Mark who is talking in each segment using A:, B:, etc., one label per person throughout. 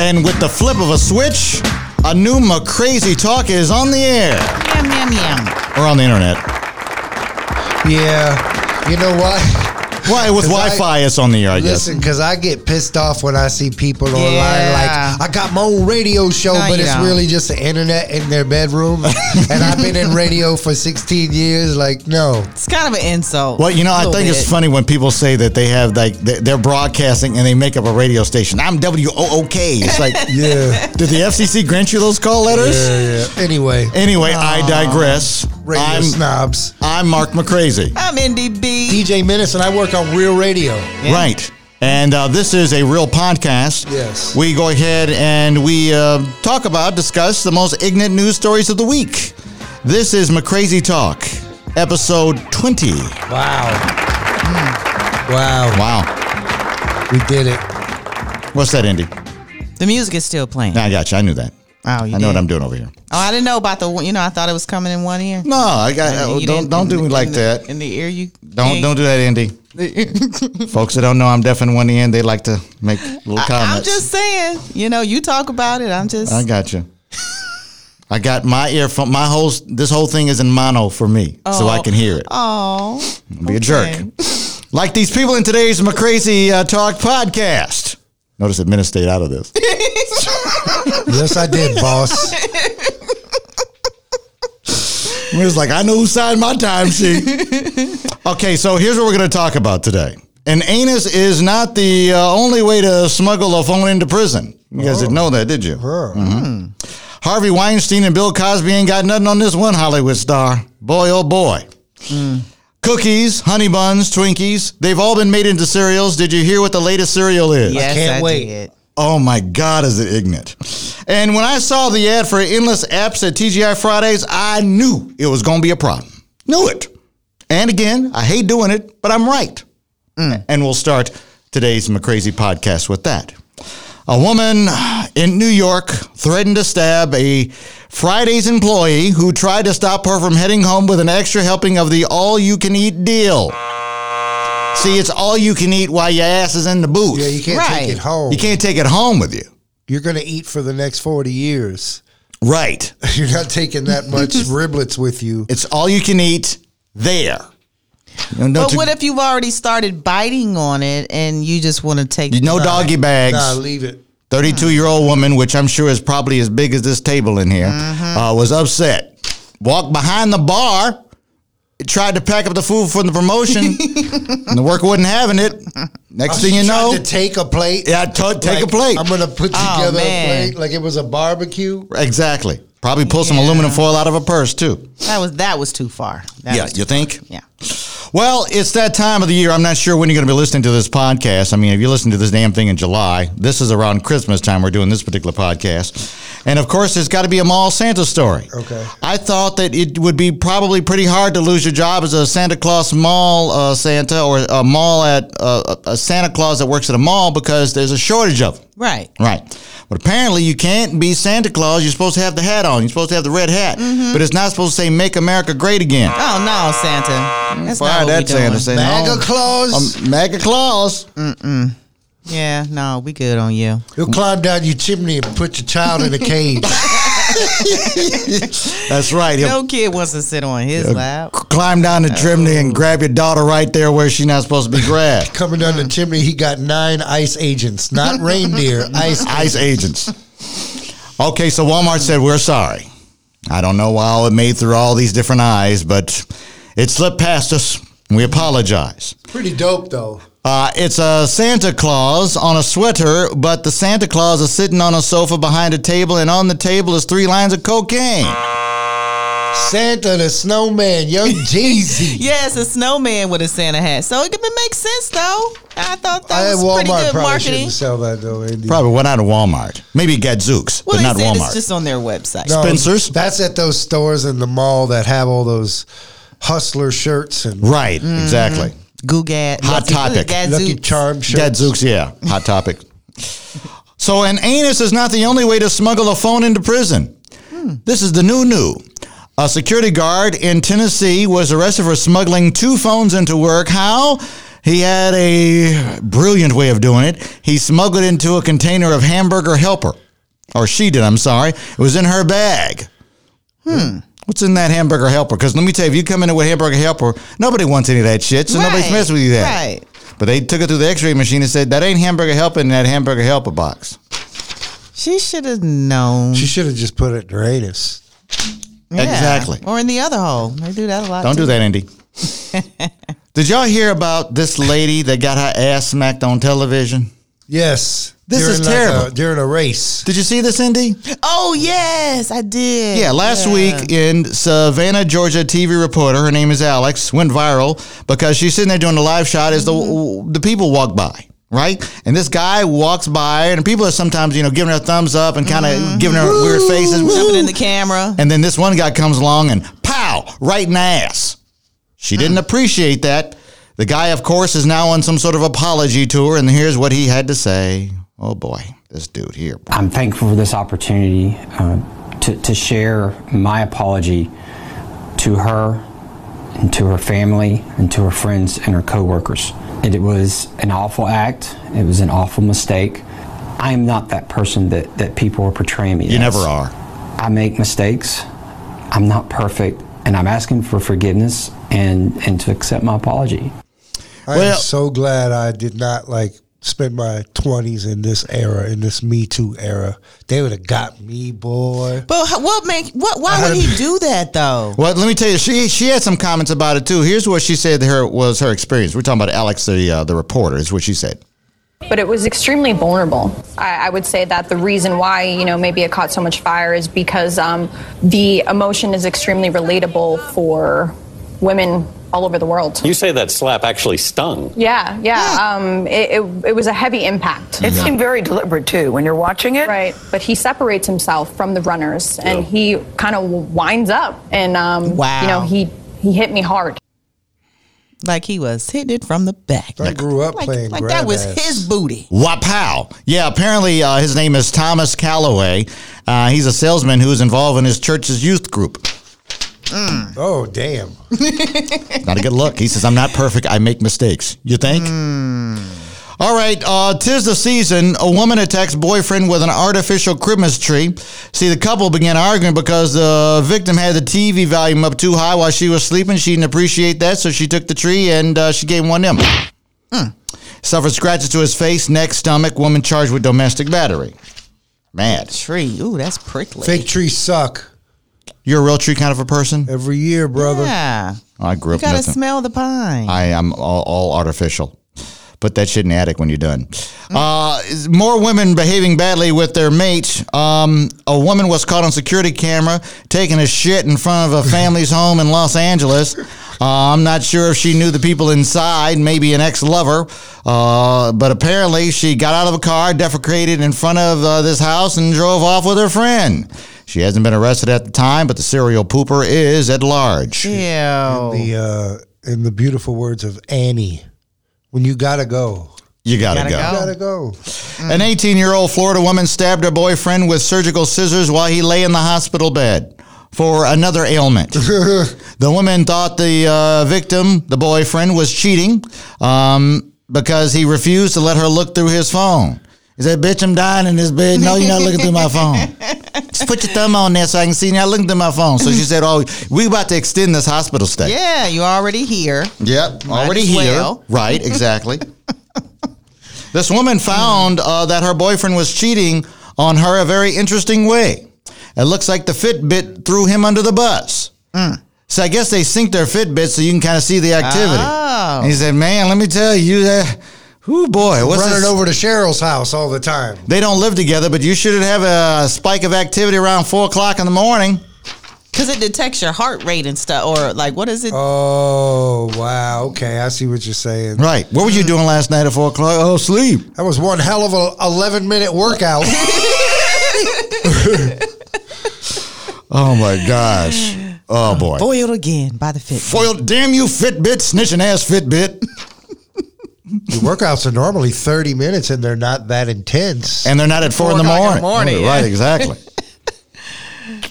A: And with the flip of a switch, Anuma Crazy Talk is on the air
B: Yum, yum, yum.
A: or on the internet.
C: Yeah. You know what?
A: Why with
C: 'Cause I-
A: Wi-Fi, it's on the air, I guess.
C: Listen, because I get pissed off when I see people online
B: Yeah.
C: like, I got my own radio show,
B: No,
C: but
B: you
C: it's
B: don't.
C: really just the internet in their bedroom. and I've been in radio for 16 years. Like, no.
B: It's kind of an insult.
A: Well, you know, I
B: Little
A: think
B: bit.
A: it's funny when people say that they have like they- they're broadcasting and they make up a radio station. I'm WOOK. It's like,
C: Yeah.
A: did the FCC grant you those call letters?
C: yeah, yeah. Anyway,
A: Anyway, I digress.
C: radio
A: I'm
C: snobs.
A: I'm Mark McCrazy.
B: I'm NDB.
C: DJ Menace and I work on Real Radio.
A: Right. And uh, this is a real podcast.
C: Yes.
A: We go ahead and we uh, talk about, discuss the most ignorant news stories of the week. This is McCrazy Talk, episode 20.
C: Wow.
B: Hmm.
C: Wow.
A: Wow.
C: We did it.
A: What's that, Indy?
B: The music is still playing.
A: I got you. I knew that.
B: Oh, you
A: I know what
B: did.
A: I'm doing over here.
B: Oh, I didn't know about the. one- You know, I thought it was coming in one ear.
A: No, I got, oh,
B: I mean, you
A: don't
B: didn't-
A: don't do
B: in
A: me
B: the-
A: like
B: in the-
A: that.
B: in the ear, you
A: Don't don't do that, Indy. Folks that don't know I'm deaf in one end, they like to make little comments.
B: I'm just saying. You know, you talk about it. I'm just.
A: I got you. I got my earphone. My whole this whole thing is in mono for me, so I
B: Oh.
A: can hear it.
B: Oh,
A: Don't be a jerk, like these people in today's McCrazy uh, Talk podcast. Notice it stayed out of this.
C: Yes, I did, boss.
A: It was like I know who signed my timesheet. okay, so here's what we're going to talk about today. An anus is not the uh, only way to smuggle a phone into prison. You guys didn't know that, did you? Harvey Weinstein and Bill Cosby ain't got nothing on this one Hollywood star. Boy, oh boy. Cookies, honey buns, Twinkies, they've all been made into cereals. Did you hear what the latest cereal is?
B: Yes,
C: can't
B: I
C: wait.
B: did.
A: Oh my God, is it ignorant? And when I saw the ad for endless apps at TGI Fridays, I knew it was going to be a problem. Knew it. And again, I hate doing it, but I'm right.
C: Mm.
A: And we'll start today's McCrazy podcast with that. A woman in New York threatened to stab a Friday's employee who tried to stop her from heading home with an extra helping of the all you can eat deal. See, it's all you can eat while your ass is in the booth.
C: Yeah, you can't
B: Right.
C: take it home.
A: You can't take it home with you.
C: You're going to eat for the next 40 years.
A: Right.
C: You're not taking that much riblets with you.
A: It's all you can eat there. No, no,
B: But
A: to-
B: what if you've already started biting on it and you just want to take?
A: no doggy
C: Nah,
A: bags.
C: leave it.
A: 32 year old woman, which I'm sure is probably as big as this table in here,
B: Mm-hmm.
A: uh, was upset. Walked behind the bar, tried to pack up the food from the promotion, and the worker wasn't having it. Next thing you
C: She tried
A: know,
C: to take a plate.
A: yeah, t- take a
C: Like,
A: plate.
C: I'm going to put
B: Oh,
C: together
B: man.
C: a plate like it was a barbecue.
A: exactly. Probably pull some
B: Yeah.
A: aluminum foil out of a purse, too.
B: That was that was too far. That
A: yeah,
B: was too-
A: you think?
B: yeah.
A: Well, it's that time of the year. I'm not sure when you're going to be listening to this podcast. I mean, if you listen to this damn thing in July, this is around Christmas time we're doing this particular podcast. And of course, there's got to be a mall Santa story.
C: Okay.
A: I thought that it would be probably pretty hard to lose your job as a Santa Claus mall uh, Santa or a mall at uh, a Santa Claus that works at a mall because there's a shortage of them.
B: Right.
A: Right. But apparently, you can't be Santa Claus. You're supposed to have the hat on. You're supposed to have the red hat.
B: Mm-hmm.
A: But it's not supposed to say "Make America Great Again."
B: Oh no, Santa. That's
A: Why
B: not what we
A: Mm, that Santa
B: doing.
A: say
C: Bag
A: no?
C: of claws.
A: Um, Mega Claus.
B: Yeah. No, we good on you.
C: You'll climb down your chimney and put your child in a cage.
A: That's right. He'll uh,
B: No kid wants to sit on his lap.
A: climb down the chimney
B: Oh.
A: and grab your daughter right there where she's not supposed to be grabbed.
C: Coming down the chimney, he got nine ice agents, not reindeer, ice.
A: Ice agents. Okay, so Walmart said we're sorry. I don't know how it made through all these different eyes, but it slipped past us. We apologize.
C: Pretty dope, though.
A: Uh, it's a Santa Claus on a sweater, but the Santa Claus is sitting on a sofa behind a table, and on the table is three lines of cocaine.
C: Santa the Snowman, Young Jeezy.
B: Yes, a snowman with a Santa hat. So it, could- it makes sense though. I thought
C: I
B: that
C: at
B: was pretty
C: Walmart
B: good
C: probably
B: marketing.
C: shouldn't sell that though, Andy.
A: Probably went out of Walmart. Maybe Gadzooks,
B: Well,
A: but
B: they
A: not
B: said
A: Walmart.
B: it's just on their website.
C: No,
A: Spencer's?
C: That's at those stores in the mall that have all those hustler shirts and
A: Right,
B: Mm-hmm.
A: exactly.
B: Googad.
A: Hot
B: Lucky-
A: Topic.
B: Gadzooks.
C: Lucky Charm shirts.
A: Gadzooks, yeah. Hot topic. so, an anus is not the only way to smuggle a phone into prison.
B: Hmm.
A: This is the new new. A security guard in Tennessee was arrested for smuggling two phones into work. How? He had a brilliant way of doing it. He smuggled into a container of hamburger helper, or she did. I'm sorry, it was in her bag. Hmm. What's in that hamburger helper? Because let me tell you, if you come in with hamburger helper, nobody wants any of that shit, so nobody's
B: Right,
A: messing with you. That
B: right.
A: But they took it through the X-ray machine and said that ain't hamburger helper in that hamburger helper box.
B: She should have known.
C: She should have just put it in her anus.
B: Yeah.
A: Exactly.
B: Or in the other hole. They do that a lot.
A: Don't
B: too.
A: do that, Indy. Did y'all hear about this lady that got her ass smacked on television?
C: Yes.
A: This is
C: like,
A: terrible.
C: a- during a race.
A: Did you see this, Indy?
B: Oh yes, I did.
A: Yeah, last week in Savannah, Georgia, TV reporter, her name is Alex, went viral because she's sitting there doing the live shot as the the people walk by, right? And this guy walks by, and people are sometimes you know giving her thumbs up and kind of giving her weird faces,
B: Jumping in the camera.
A: and then this one guy comes along and pow, right in the ass. She didn't appreciate that. The guy, of course, is now on some sort of apology tour, and here's what he had to say. Oh boy, this dude here.
D: I'm thankful for this opportunity uh, to, to share my apology to her and to her family and to her friends and her coworkers. It, it was an awful act. It was an awful mistake. I am not that person that, that people are portraying me
A: You
D: as.
A: never are.
D: I make mistakes. I'm not perfect. And I'm asking for forgiveness and, and to accept my apology.
C: I
A: Well-
C: am so glad I did not like spend my twenties in this era, in this Me Too era. They would have got me, boy.
B: But h- what make what? Why would he do that though?
A: Well, let me tell you, she she had some comments about it too. Here's what she said. Her was her experience. We're talking about Alex, the uh, the reporter. Is what she said.
E: But it was extremely vulnerable. I, I would say that the reason why, you know, maybe it caught so much fire is because um, the emotion is extremely relatable for women all over the world.
F: You say that slap actually stung.
E: Yeah, yeah. Um, it, it, it was a heavy impact.
G: It seemed very deliberate too. When you're watching it,
E: Right, but he separates himself from the runners, and
F: Yeah.
E: he kind of winds up, and um,
B: Wow.
E: you know he he hit me hard.
B: Like he was hitting it from the back.
C: I grew up
B: Like,
C: playing
B: like
C: grab
B: that was
C: ass.
B: his booty.
A: Wapow. Yeah, apparently uh, his name is Thomas Calloway. Uh, he's a salesman who's involved in his church's youth group.
C: Oh damn!
A: Not a good look. He says, I'm not perfect. I make mistakes. You think?
B: Hmm.
A: All right. Uh, tis the season. A woman attacks boyfriend with an artificial Christmas tree. See, the couple began arguing because the victim had the TV volume up too high while she was sleeping. She didn't appreciate that, so she took the tree and uh, she gave him one of them.
B: Hmm.
A: Suffered scratches to his face, neck, stomach. Woman charged with domestic battery. Mad.
B: Tree. Ooh, that's prickly.
C: Fake trees suck
A: You're a real tree kind of a person?
C: every year, brother.
B: Yeah.
A: Oh, I grew
B: You
A: up nothing.
B: gotta smell the pine.
A: I am all, all artificial. Put that shit in the attic when you're done. Uh, is- more women behaving badly with their mates. Um, a woman was caught on security camera taking a shit in front of a family's home in Los Angeles. Uh, I'm not sure if she knew the people inside, maybe an ex lover, uh, but apparently she got out of a car, defecated in front of uh, this house, and drove off with her friend. She hasn't been arrested at the time, but the serial pooper is at large.
B: Ew.
C: The uh, in the beautiful words of Annie, when you gotta go,
A: You gotta,
B: Gotta
A: go.
B: go.
C: gotta go.
A: An 18 year old Florida woman stabbed her boyfriend with surgical scissors while he lay in the hospital bed for another ailment. the woman thought the uh, victim, the boyfriend, was cheating um, because he refused to let her look through his phone. He said, Bitch, I'm dying in this bed. No, you're not looking through my phone. Just put your thumb on there so I can see you're not looking through my phone. So she said, Oh, we about to extend this hospital stay.
B: Yeah, you already here.
A: Yep, already
B: as
A: here.
B: well.
A: Right, exactly. this woman found uh, that her boyfriend was cheating on her a very interesting way. It looks like the Fitbit threw him under the bus. So I guess they sync their Fitbit so you can kind of see the activity.
B: Oh.
A: And he said, "Man, let me tell you that. Whoo, boy, what's
C: Running
A: this?
C: over to Cheryl's house all the time.
A: They don't live together, but you should have a spike of activity around four o'clock in the morning."
B: Because it detects your heart rate and stuff. Or like, what is it?
C: Oh wow! Okay, I see what you're saying.
A: Right. What were you doing last night at four o'clock? Mm. Oh, sleep.
C: That was one hell of a 11 minute workout.
A: Oh my gosh. Oh boy.
B: Boiled again by the fit.
A: Foiled, damn you, Fitbit, snitching ass Fitbit.
C: Your workouts are normally 30 minutes and they're not that intense.
A: And they're not at four, in the
B: o'clock
A: morning.
B: in the morning,
A: Right, exactly.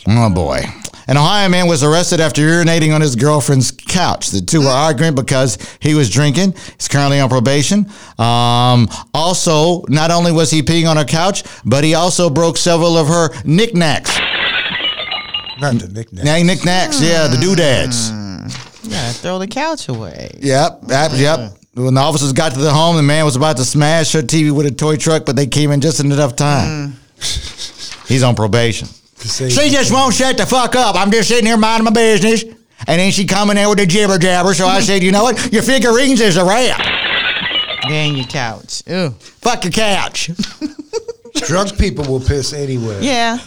A: oh boy. An Ohio man was arrested after urinating on his girlfriend's couch. The two were arguing because he was drinking. He's currently on probation. Um, also, not only was he peeing on her couch, but he also broke several of her knickknacks.
C: Not the nickname.
A: Now, knickknacks, yeah, the doodads.
B: You gotta throw the couch away.
A: Yep, yep, yep. When the officers got to the home, the man was about to smash her TV with a toy truck, but they came in just in enough time. He's on probation.
C: To say-
A: She just won't shut the fuck up. I'm just sitting here minding my business. And then she coming in with the jibber jabber. So I said, you know what? Your figurines is a wrap.
B: Get in your couch. Ew.
A: Fuck your couch.
C: drunk people will piss anywhere.
B: Yeah.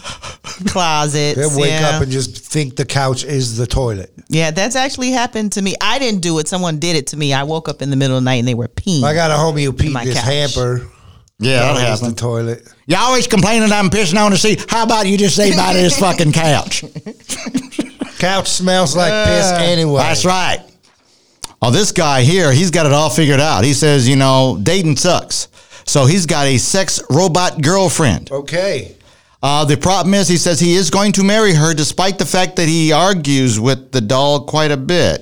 B: Closets.
C: They wake
B: yeah.
C: up and just think the couch is the toilet.
B: yeah, that's actually happened to me. I didn't do it. Someone did it to me. I woke up in the middle of the night and they were peeing.
C: I got a homie who peed
B: my
C: in his
B: couch.
C: hamper.
A: Yeah, that
C: That was the
A: happened.
C: toilet.
A: You always complaining I'm pissing on the seat. How about you just say by this fucking couch?
C: Couch smells like piss anyway.
A: That's right. Oh, this guy here, he's got it all figured out. He says, you know, dating sucks. So he's got a sex robot girlfriend.
C: Okay.
A: Uh, the problem is, he says he is going to marry her despite the fact that he argues with the doll quite a bit.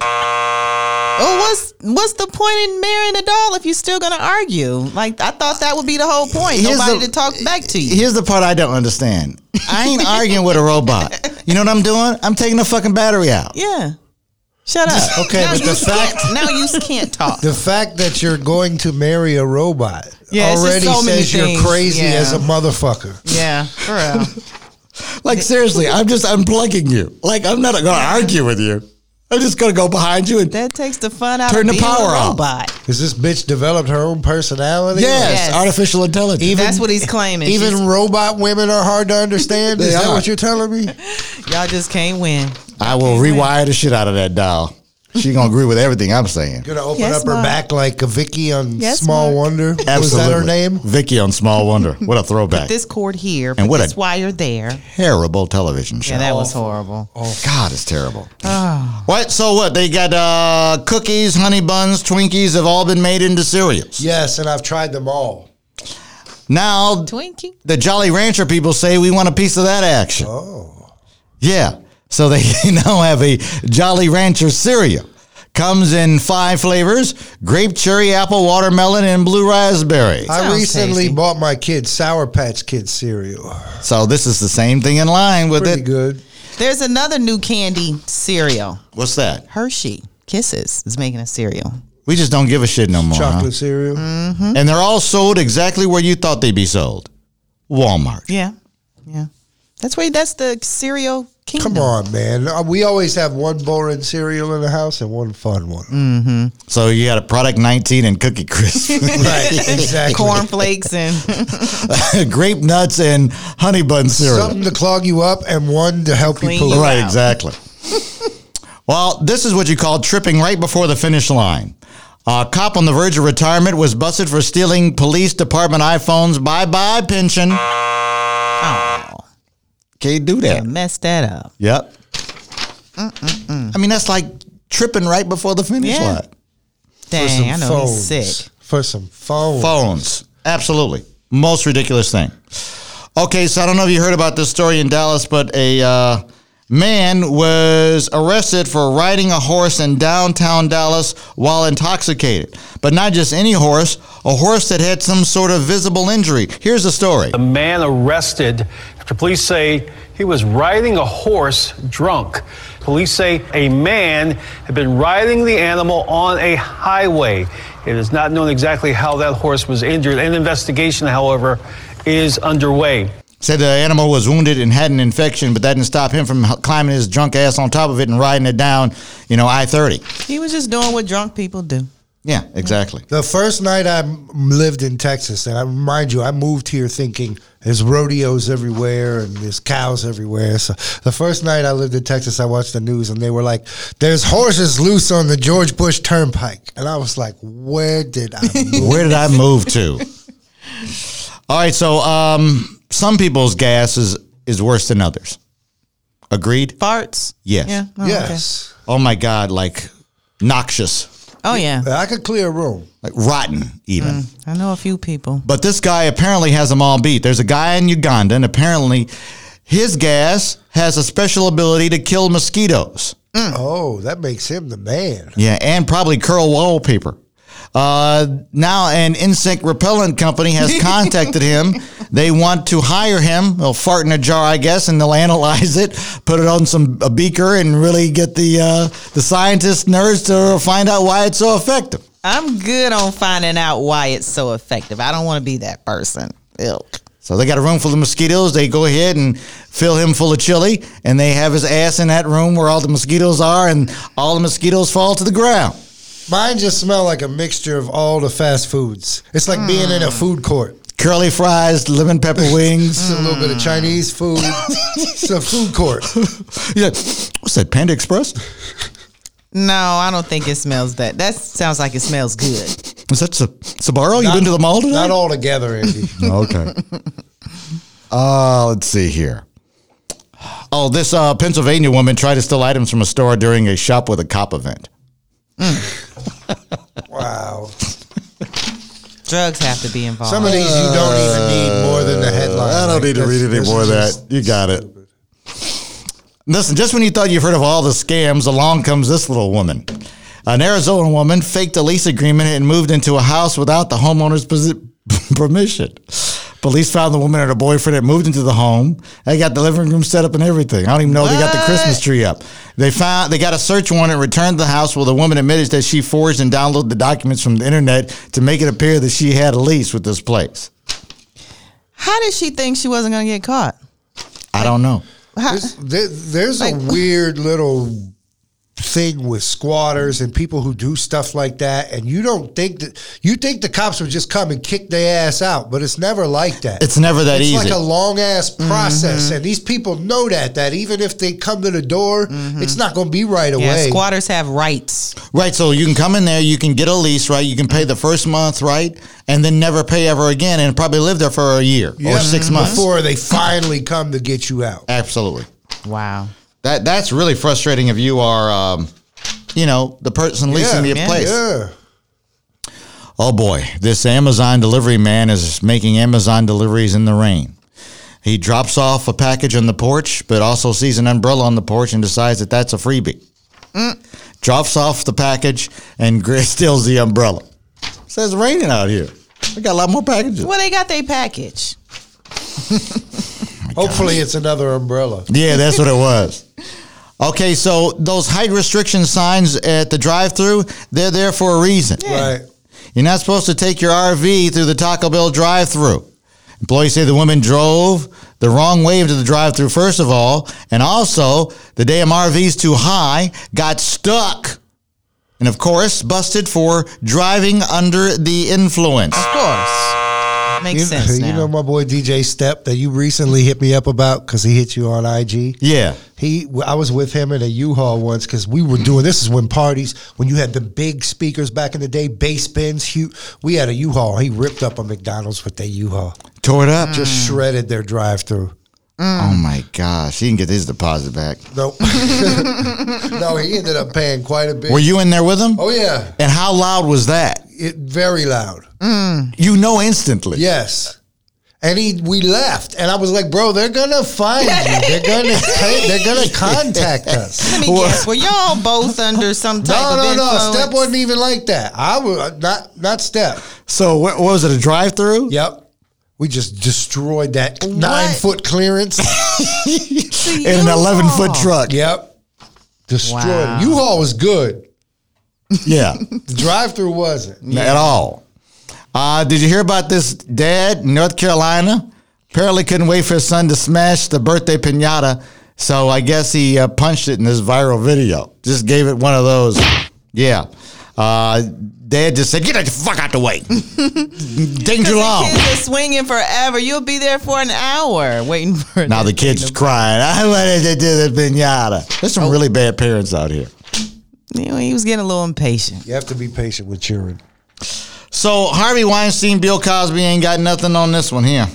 B: Oh, what's what's the point in marrying a doll if you're still gonna argue? Like I thought that would be the whole point.
A: Here's
B: Nobody
A: the-
B: to talk back to you.
A: Here's the part I don't understand I ain't arguing with a robot. You know what I'm doing? I'm taking the fucking battery out.
B: Yeah. Shut up.
C: Okay,
B: Now
C: but
B: you
C: the fact-
B: can't- now you can't talk.
C: The fact that you're going to marry a robot
B: Yeah, it's just
C: already
B: so many
C: says you're
B: things.
C: crazy
B: Yeah.
C: as a motherfucker.
B: Yeah, for real.
A: Like, seriously, I'm just unplugging you. Like, I'm not going to argue with you. I'm just going to go behind you and.
B: That takes the fun out
A: Turn the
B: of being
A: power
B: a
A: off.
B: robot.
C: Is this bitch developed her own personality?
A: Yes,
B: Yes.
A: artificial intelligence.
B: That's what he's claiming.
C: Even
B: She's-
C: robot women are hard to understand.
A: They
C: Is that
A: are.
C: what you're telling me?
B: y'all just can't win.
A: I will rewire the shit out of that doll. She gonna agree with everything I'm saying.
C: Gonna open
B: Yes,
C: up her
B: Mark.
C: back like a Vicky on
B: Yes,
C: Small
B: Mark.
C: Wonder.
A: Absolutely.
C: Was that her name?
A: Vicky on Small Wonder. What a throwback.
B: This cord here,
A: And
B: and
A: what
B: what
A: a-
B: this wire there.
A: terrible television show.
B: Yeah, that was horrible.
A: oh, God, it's terrible.
C: Ah.
A: What? So what? They got uh, cookies, honey buns, Twinkies have all been made into cereals.
C: Yes, and I've tried them all.
A: Now
B: Twinkie.
A: the Jolly Rancher people say we want a piece of that action. Oh. Yeah. So they now have a Jolly Rancher cereal. Comes in five flavors grape, cherry, apple, watermelon, and blue raspberry.
C: I
B: Sounds
C: recently
B: tasty.
C: bought my kids Sour Patch Kids cereal.
A: So this is the same thing in line with
C: Pretty
A: it.
C: good.
B: There's another new candy cereal.
A: What's that?
B: Hershey Kisses is making a cereal.
A: We just don't give a shit no more. huh?
C: Chocolate cereal.
B: Mm.
A: And they're all sold exactly where you thought they'd be sold. Walmart.
B: Yeah, yeah. That's where. That's the cereal kingdom.
C: Come on, man. Uh, We always have one boring cereal in the house and one fun one.
A: So you got a product 19 and cookie crisp,
C: Right, exactly.
B: cornflakes and
A: grape nuts and honey bun cereal.
C: Something to clog you up and one to help
B: Clean
C: you poop.
B: you
A: right,
B: out.
A: exactly. well, this is what you call tripping right before the finish line. A cop on the verge of retirement was busted for stealing police department iPhones. Bye bye, pension.
B: oh,
A: Can't do
B: I
A: that.
B: messed that up.
A: Yep. I mean, that's like tripping right before the finish
B: Yeah.
A: line.
B: Dang, I know Oh, he's sick.
C: For some phones.
A: Phones. Absolutely. Most ridiculous thing. Okay, so I don't know if you heard about this story in Dallas, but a uh, man was arrested for riding a horse in downtown Dallas while intoxicated. But not just any horse, a horse that had some sort of visible injury. Here's the story.
H: man arrested after police say he was riding a horse drunk. Police say a man had been riding the animal on a highway. It is not known exactly how that horse was injured. An investigation, however, is underway.
A: Said the animal was wounded and had an infection, but that didn't stop him from climbing his drunk ass on top of it and riding it down, you know, I 30.
B: He was just doing what drunk people do.
A: Yeah, exactly.
C: The first night I m- lived in Texas, and I mind you, I moved here thinking there's rodeos everywhere and there's cows everywhere. So the first night I lived in Texas, I watched the news and they were like, "There's horses loose on the George Bush Turnpike," and I was like, "Where did I?" move?
A: Where did I move to? All right, so um, some people's gas is, is worse than others. Agreed?
B: Farts.
A: Yes.
B: Yeah. Oh, okay.
C: yes,
A: Oh my God, like noxious,
B: Oh yeah.
C: I could clear a room.
A: like rotten even.
B: I know a few people.
A: But this guy apparently has them all beat. There's a guy in Uganda, and apparently His gas has a special ability to kill mosquitoes.
B: Hmm.
C: Oh, that makes him the man.
A: Yeah, and probably curl wallpaper. Uh, now, an insect repellent company has contacted him. They want to hire him. They'll fart in a jar, I guess, and they'll analyze it, put it on some a beaker, and really get the uh, the scientists nerds to find out why it's so effective.
B: I'm good on finding out why it's so effective. I don't want to be that person. Ew.
A: So they got a room full of mosquitoes. They go ahead and fill him full of chili, and they have his ass in that room where all the mosquitoes are, and all the mosquitoes fall to the ground.
C: Mine just smell like a mixture of all the fast foods. It's like being in a food court.
A: Curly fries, lemon pepper wings.
C: It's a little bit of Chinese food. it's a food court.
A: He's like, what's that, Panda Express?
B: No, I don't think it smells that. That sounds like it smells good.
A: Is that Sa- Sabaro? You been to the mall today?
C: Not all together, Andy.
A: Okay. uh, let's see here. Oh, this uh, Pennsylvania woman tried to steal items from a store during a shop with a cop event.
C: wow.
B: Drugs have to be involved.
C: Some of these you don't even need more than the headline.
A: I don't
C: Like,
A: need to
C: this-
A: read any
C: this
A: more of
C: is
A: that.
C: just-
A: You got it. Listen, just when you thought you've heard of all the scams, along comes this little woman. An Arizona woman faked a lease agreement and moved into a house without the homeowner's posi- permission. Police found the woman and her boyfriend had moved into the home. They got the living room set up and everything. I don't even know they got the Christmas tree up. They found they got a search warrant and returned to the house where the woman admitted that she forged and downloaded the documents from the internet to make it appear that she had a lease with this place.
B: How did she think she wasn't going to get caught?
A: I don't know.
B: How-
C: This- there- there's a weird little thing with squatters and people who do stuff like that, and you don't think that you think the cops would just come and kick their ass out, but it's never like that.
A: It's never that
C: it's
A: easy.
C: like a long ass
B: Mm-hmm.
C: process, and these people know that. That even if they come to the door, it's not going to be right
B: Mm-hmm. yeah,
C: away.
B: squatters have rights.
A: Right, so you can come in there, you can get a lease, right? You can pay the first month, right? And then never pay ever again and probably live there for a year or
C: Yeah, Mm-hmm.
A: 6 months.
C: before they finally come to get you out.
A: Absolutely.
B: Wow.
A: That that's really frustrating if you are um, you know, the person leasing
C: Yeah,
A: the
B: yeah.
A: place.
C: Yeah,
A: Oh boy, this Amazon delivery man is making Amazon deliveries in the rain. He drops off a package on the porch, but also sees an umbrella on the porch and decides that that's a freebie.
C: Mm.
A: Drops off the package and gr- steals the umbrella. Says raining out here. We got a lot more packages.
B: Well, they got their package.
C: hopefully it's another umbrella.
A: Yeah, that's what it was. Okay, so those height restriction signs at the drive-through, they're there for a reason.
C: Right.
A: You're not supposed to take your RV through the Taco Bell drive through. Employees say the woman drove the wrong way into the drive through, first of all, and also the damn RV's too high, got stuck, and of course, busted for driving under the influence.
B: Of course. Makes
C: You,
B: sense now.
C: you know my boy DJ Step that you recently hit me up about because he hit you on IG.
A: Yeah.
C: He, I was with him in a U-Haul once because we were doing. This is when parties, when you had the big speakers back in the day, bass bins. Huge. We had a U-Haul. He ripped up a McDonald's with that U-Haul.
A: Tore it
C: Mm-hmm.
A: up.
B: Mm.
A: Just,
C: Shredded their drive-through.
A: oh my gosh. He can get his deposit back.
C: Nope. no, he ended up paying quite a bit.
A: Were you in there with him?
C: oh yeah,
A: And how loud was that?
C: it very loud.
B: Mm.
A: You know instantly.
C: Yes. And he, we left, and I was like, "Bro, they're gonna find you. They're gonna, pay, they're gonna contact us."
B: Let me guess. Were y'all both under some type
C: No,
B: of
C: no, no.
B: influence?
C: Step wasn't even like that. I was not, not step.
A: So, what, what was it, a drive through?
C: Yep. We just destroyed that nine foot clearance.
B: To
A: In an
B: you
A: 11 foot
B: all.
A: truck.
C: yep. Destroyed.
B: Wow.
C: it. U-Haul was good.
A: Yeah.
C: The drive through wasn't.
A: at all. Uh, did you hear about this dad in North Carolina? Apparently, couldn't wait for his son to smash the birthday pinata, so I guess he uh, punched it in this viral video. Just gave it one of those. Yeah. Uh, dad just said, "Get the fuck out the way." Didn't too long.
B: Kids are swinging forever. You'll be there for an hour waiting for
A: Now
B: them.
A: the kid's crying. I wanted to do the pinata. There's some really bad parents out here.
B: You know, he was getting a little impatient.
C: You have to be patient with children.
A: So Harvey Weinstein, Bill Cosby ain't got nothing on this one here.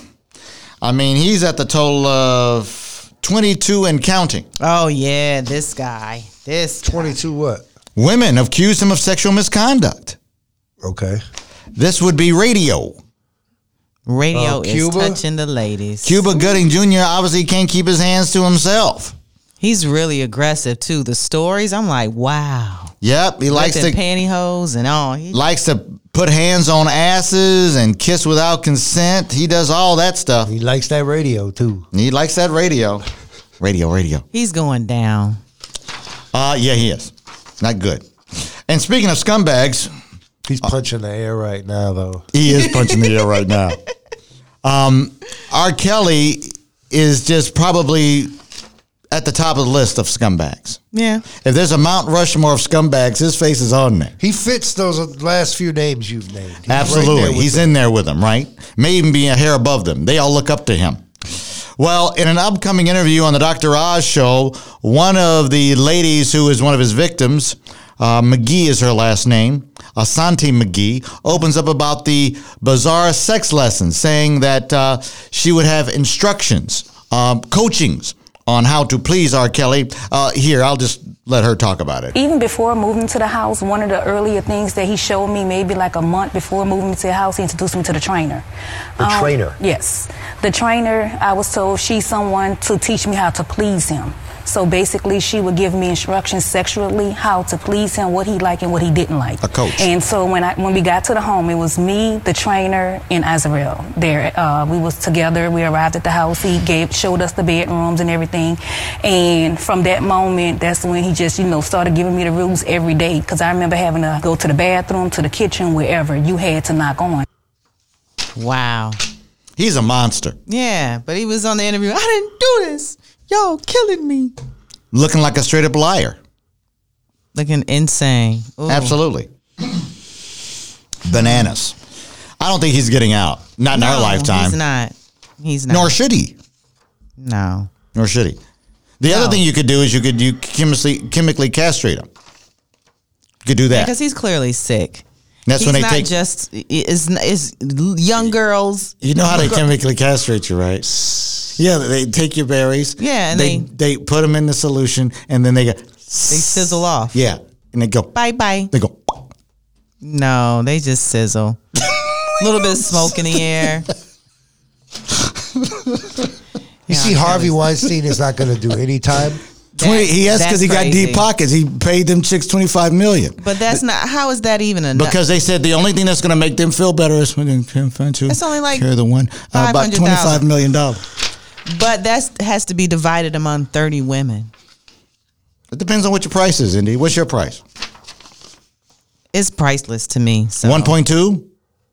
A: I mean, he's at the total of 22 and counting.
B: Oh yeah, this guy. This guy.
C: 22 what?
A: Women accused him of sexual misconduct.
C: Okay.
A: This would be radio.
B: Radio
C: Uh,
B: is
C: Cuba?
B: touching the ladies.
A: Cuba Gooding Jr. obviously can't keep his hands to himself.
B: He's really aggressive too. The stories, I'm like, wow.
A: Yep, he likes
B: Ripping
A: to
B: pantyhose and all. He-
A: likes to put hands on asses and kiss without consent. He does all that stuff.
C: He likes that radio too.
A: He likes that radio, radio, radio.
B: he's going down.
A: Uh, yeah, he is not good. And speaking of scumbags,
C: He's punching the air right now though.
A: He is punching the air right now. Um, R. Kelly is just probably at the top of the list of scumbags.
B: Yeah.
A: If there's a Mount Rushmore of scumbags, his face is on there.
C: He fits those uh, last few names you've named. He's right
A: Absolutely.
C: there with
A: He's
C: them.
A: in there with them, right? May even be a hair above them. They all look up to him. Well, in an upcoming interview on the Dr. Oz show, one of the ladies who is one of his victims, uh, McGee is her last name, Asante McGee, opens up about the bizarre sex lessons, saying that uh, she would have instructions, um, coachings on how to please R. Kelly. Uh, here, I'll just let her talk about it.
I: Even before moving to the house, one of the earlier things that he showed me, maybe like a month before moving to the house, he introduced me to the trainer. Um,
J: The trainer?
I: Yes. The trainer, I was told she's someone to teach me how to please him. So basically, she would give me instructions sexually, how to please him, what he liked and what he didn't like.
A: A coach.
I: And so when I when we got to the home, it was me, the trainer, and Azrael. There, uh, we was together. We arrived at the house. He gave showed us the bedrooms and everything. And from that moment, that's when he just you know started giving me the rules every day. Because I remember having to go to the bathroom, to the kitchen, wherever you had to knock on.
B: Wow.
A: He's a monster,
B: Yeah, but he was on the interview. I didn't do this. Y'all killing me.
A: looking like a straight up liar.
B: Looking insane. Ooh.
A: Absolutely. Bananas. I don't think he's getting out. Not in our
B: No,
A: lifetime.
B: He's not. He's not.
A: Nor should he.
B: no.
A: Nor should he. The other
B: No.
A: thing you could do is you could you chemically chemically castrate him. You could do that.
B: Because he's clearly sick.
A: That's
B: he's
A: when they
B: not
A: take.
B: just it's, it's young girls.
A: you know how they chemically castrate you, right? Yeah, they take your berries.
B: Yeah, and
A: they they, put them in the solution, and then they go.
B: They sizzle off.
A: Yeah, and they go.
B: Bye bye.
A: They go.
B: No, they just sizzle. A little bit of smoke in the air.
C: You see, Harvey Weinstein is not going to do any time.
A: 20, he has
B: that's
A: because he got
B: crazy.
A: deep pockets. He paid them chicks twenty five million.
B: But that's not. How is that even enough?
A: Because they said the only thing that's going to make them feel better is when they can find you.
B: It's only like
A: carry the one uh, about
B: $500,000.
A: twenty five million dollars.
B: but that has to be divided among thirty women.
A: It depends on what your price is, Indy. What's your price?
B: It's priceless to me. So
A: One point two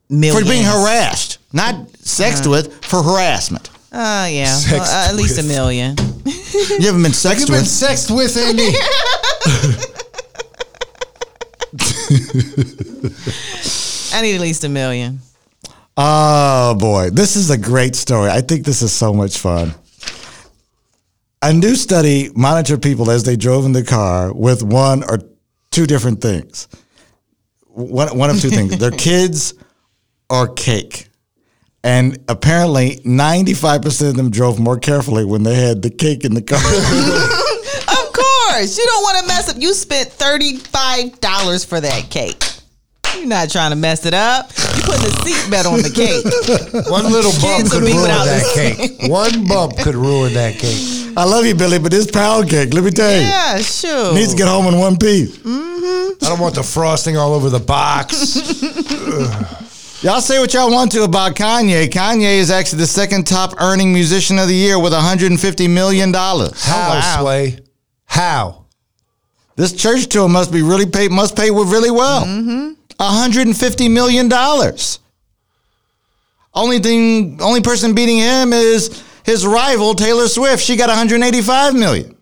A: for
B: Millions.
A: being harassed, not sexed with, for harassment.
B: Oh yeah,
C: Sexed
B: well, uh, at least a
C: with.
B: million.
A: You haven't been sexed
C: You've been
A: with.
C: sexed with Andy.
B: I need at least a million.
A: oh boy, this is a great story. I think this is so much fun. A new study monitored people as they drove in the car with one or two different things. One, one of two things: their kids or cake. And apparently, ninety-five percent of them drove more carefully when they had the cake in the car.
B: Of course, you don't want to mess up. You spent thirty five dollars for that cake. You're not trying to mess it up. You're putting a seatbelt on the cake.
C: One little bump
B: Kids
C: could
B: will be
C: ruin
B: without
C: that
B: this.
C: cake. One bump could ruin that cake.
A: I love you, Billy, but this pound cake, let me tell you,
B: Yeah, sure.
A: needs to get home in one piece.
C: I don't want the frosting all over the box.
A: Y'all say what y'all want to about Kanye. Kanye is actually the second top earning musician of the year with 150 million dollars.
C: How,
B: wow.
C: Sway? How?
A: This church tour must be really paid must pay really well. 150 million dollars. Only thing only person beating him is his rival Taylor Swift. She got 185 million.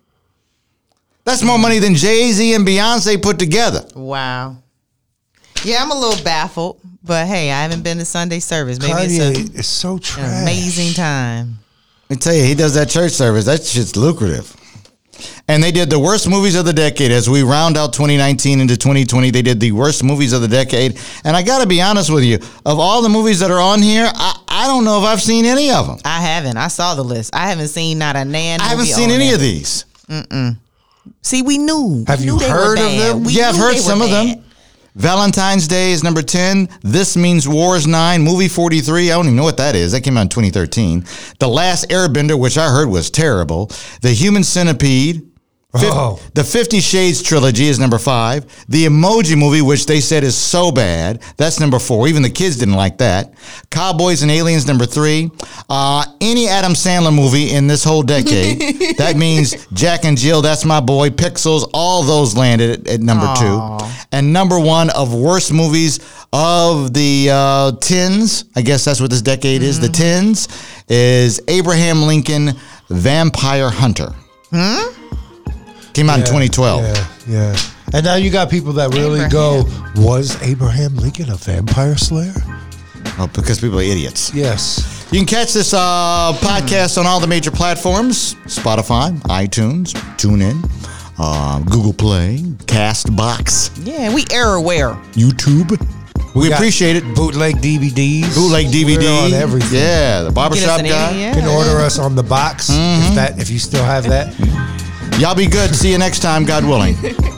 A: That's more money than Jay-Z and Beyonce put together.
B: Wow. Yeah, I'm a little baffled, but hey, I haven't been to Sunday service. Maybe it's
C: Kanye is so
B: a,
C: trash.
B: an amazing time.
A: Let me tell you, he does that church service. That shit's lucrative. And they did the worst movies of the decade as we round out 2019 into 2020. They did the worst movies of the decade. And I got to be honest with you, of all the movies that are on here, I, I don't know if I've seen any of them.
B: I haven't. I saw the list. I haven't seen not a nan.
A: I haven't
B: movie
A: seen
B: on
A: any
B: there.
A: of these.
B: See, we knew.
C: Have
B: We
C: you
B: knew they were
C: heard of
B: bad.
C: them?
B: We
A: yeah, I've
B: knew
A: heard
B: they were
A: some of
B: bad.
A: them. Valentine's Day is number 10. This Means War is 9. Movie 43. I don't even know what that is. That came out in 2013. The Last Airbender, which I heard was terrible. The Human Centipede. Fif-
C: Oh.
A: The Fifty Shades trilogy is number five. The Emoji movie, which they said is so bad, that's number four. Even the kids didn't like that. Cowboys and Aliens, number three. Uh, any Adam Sandler movie in this whole decade. that means Jack and Jill, That's My Boy, Pixels, all those landed at, at number two. And number one of worst movies of the uh, tens, I guess that's what this decade is, the
C: Mm-hmm.
A: tens, is Abraham Lincoln Vampire Hunter. Came out in 2012.
C: Yeah, yeah. And now you got people that really go, was Abraham Lincoln a vampire slayer?
A: Oh, because people are idiots.
C: Yes.
A: You can catch this uh, podcast on all the major platforms Spotify, iTunes, TuneIn, uh, Google Play, Castbox,
B: Yeah, we error aware.
A: YouTube. We,
C: got
A: appreciate it.
C: Bootleg DVDs.
A: Bootleg DVD.
C: We're on everything.
A: Yeah, the
B: Get us
A: barbershop
B: an
A: guy.
B: alien.
C: You can order us on
A: Mm-hmm.
C: the box if that if you still have that.
A: Y'all be good. See you next time, God willing.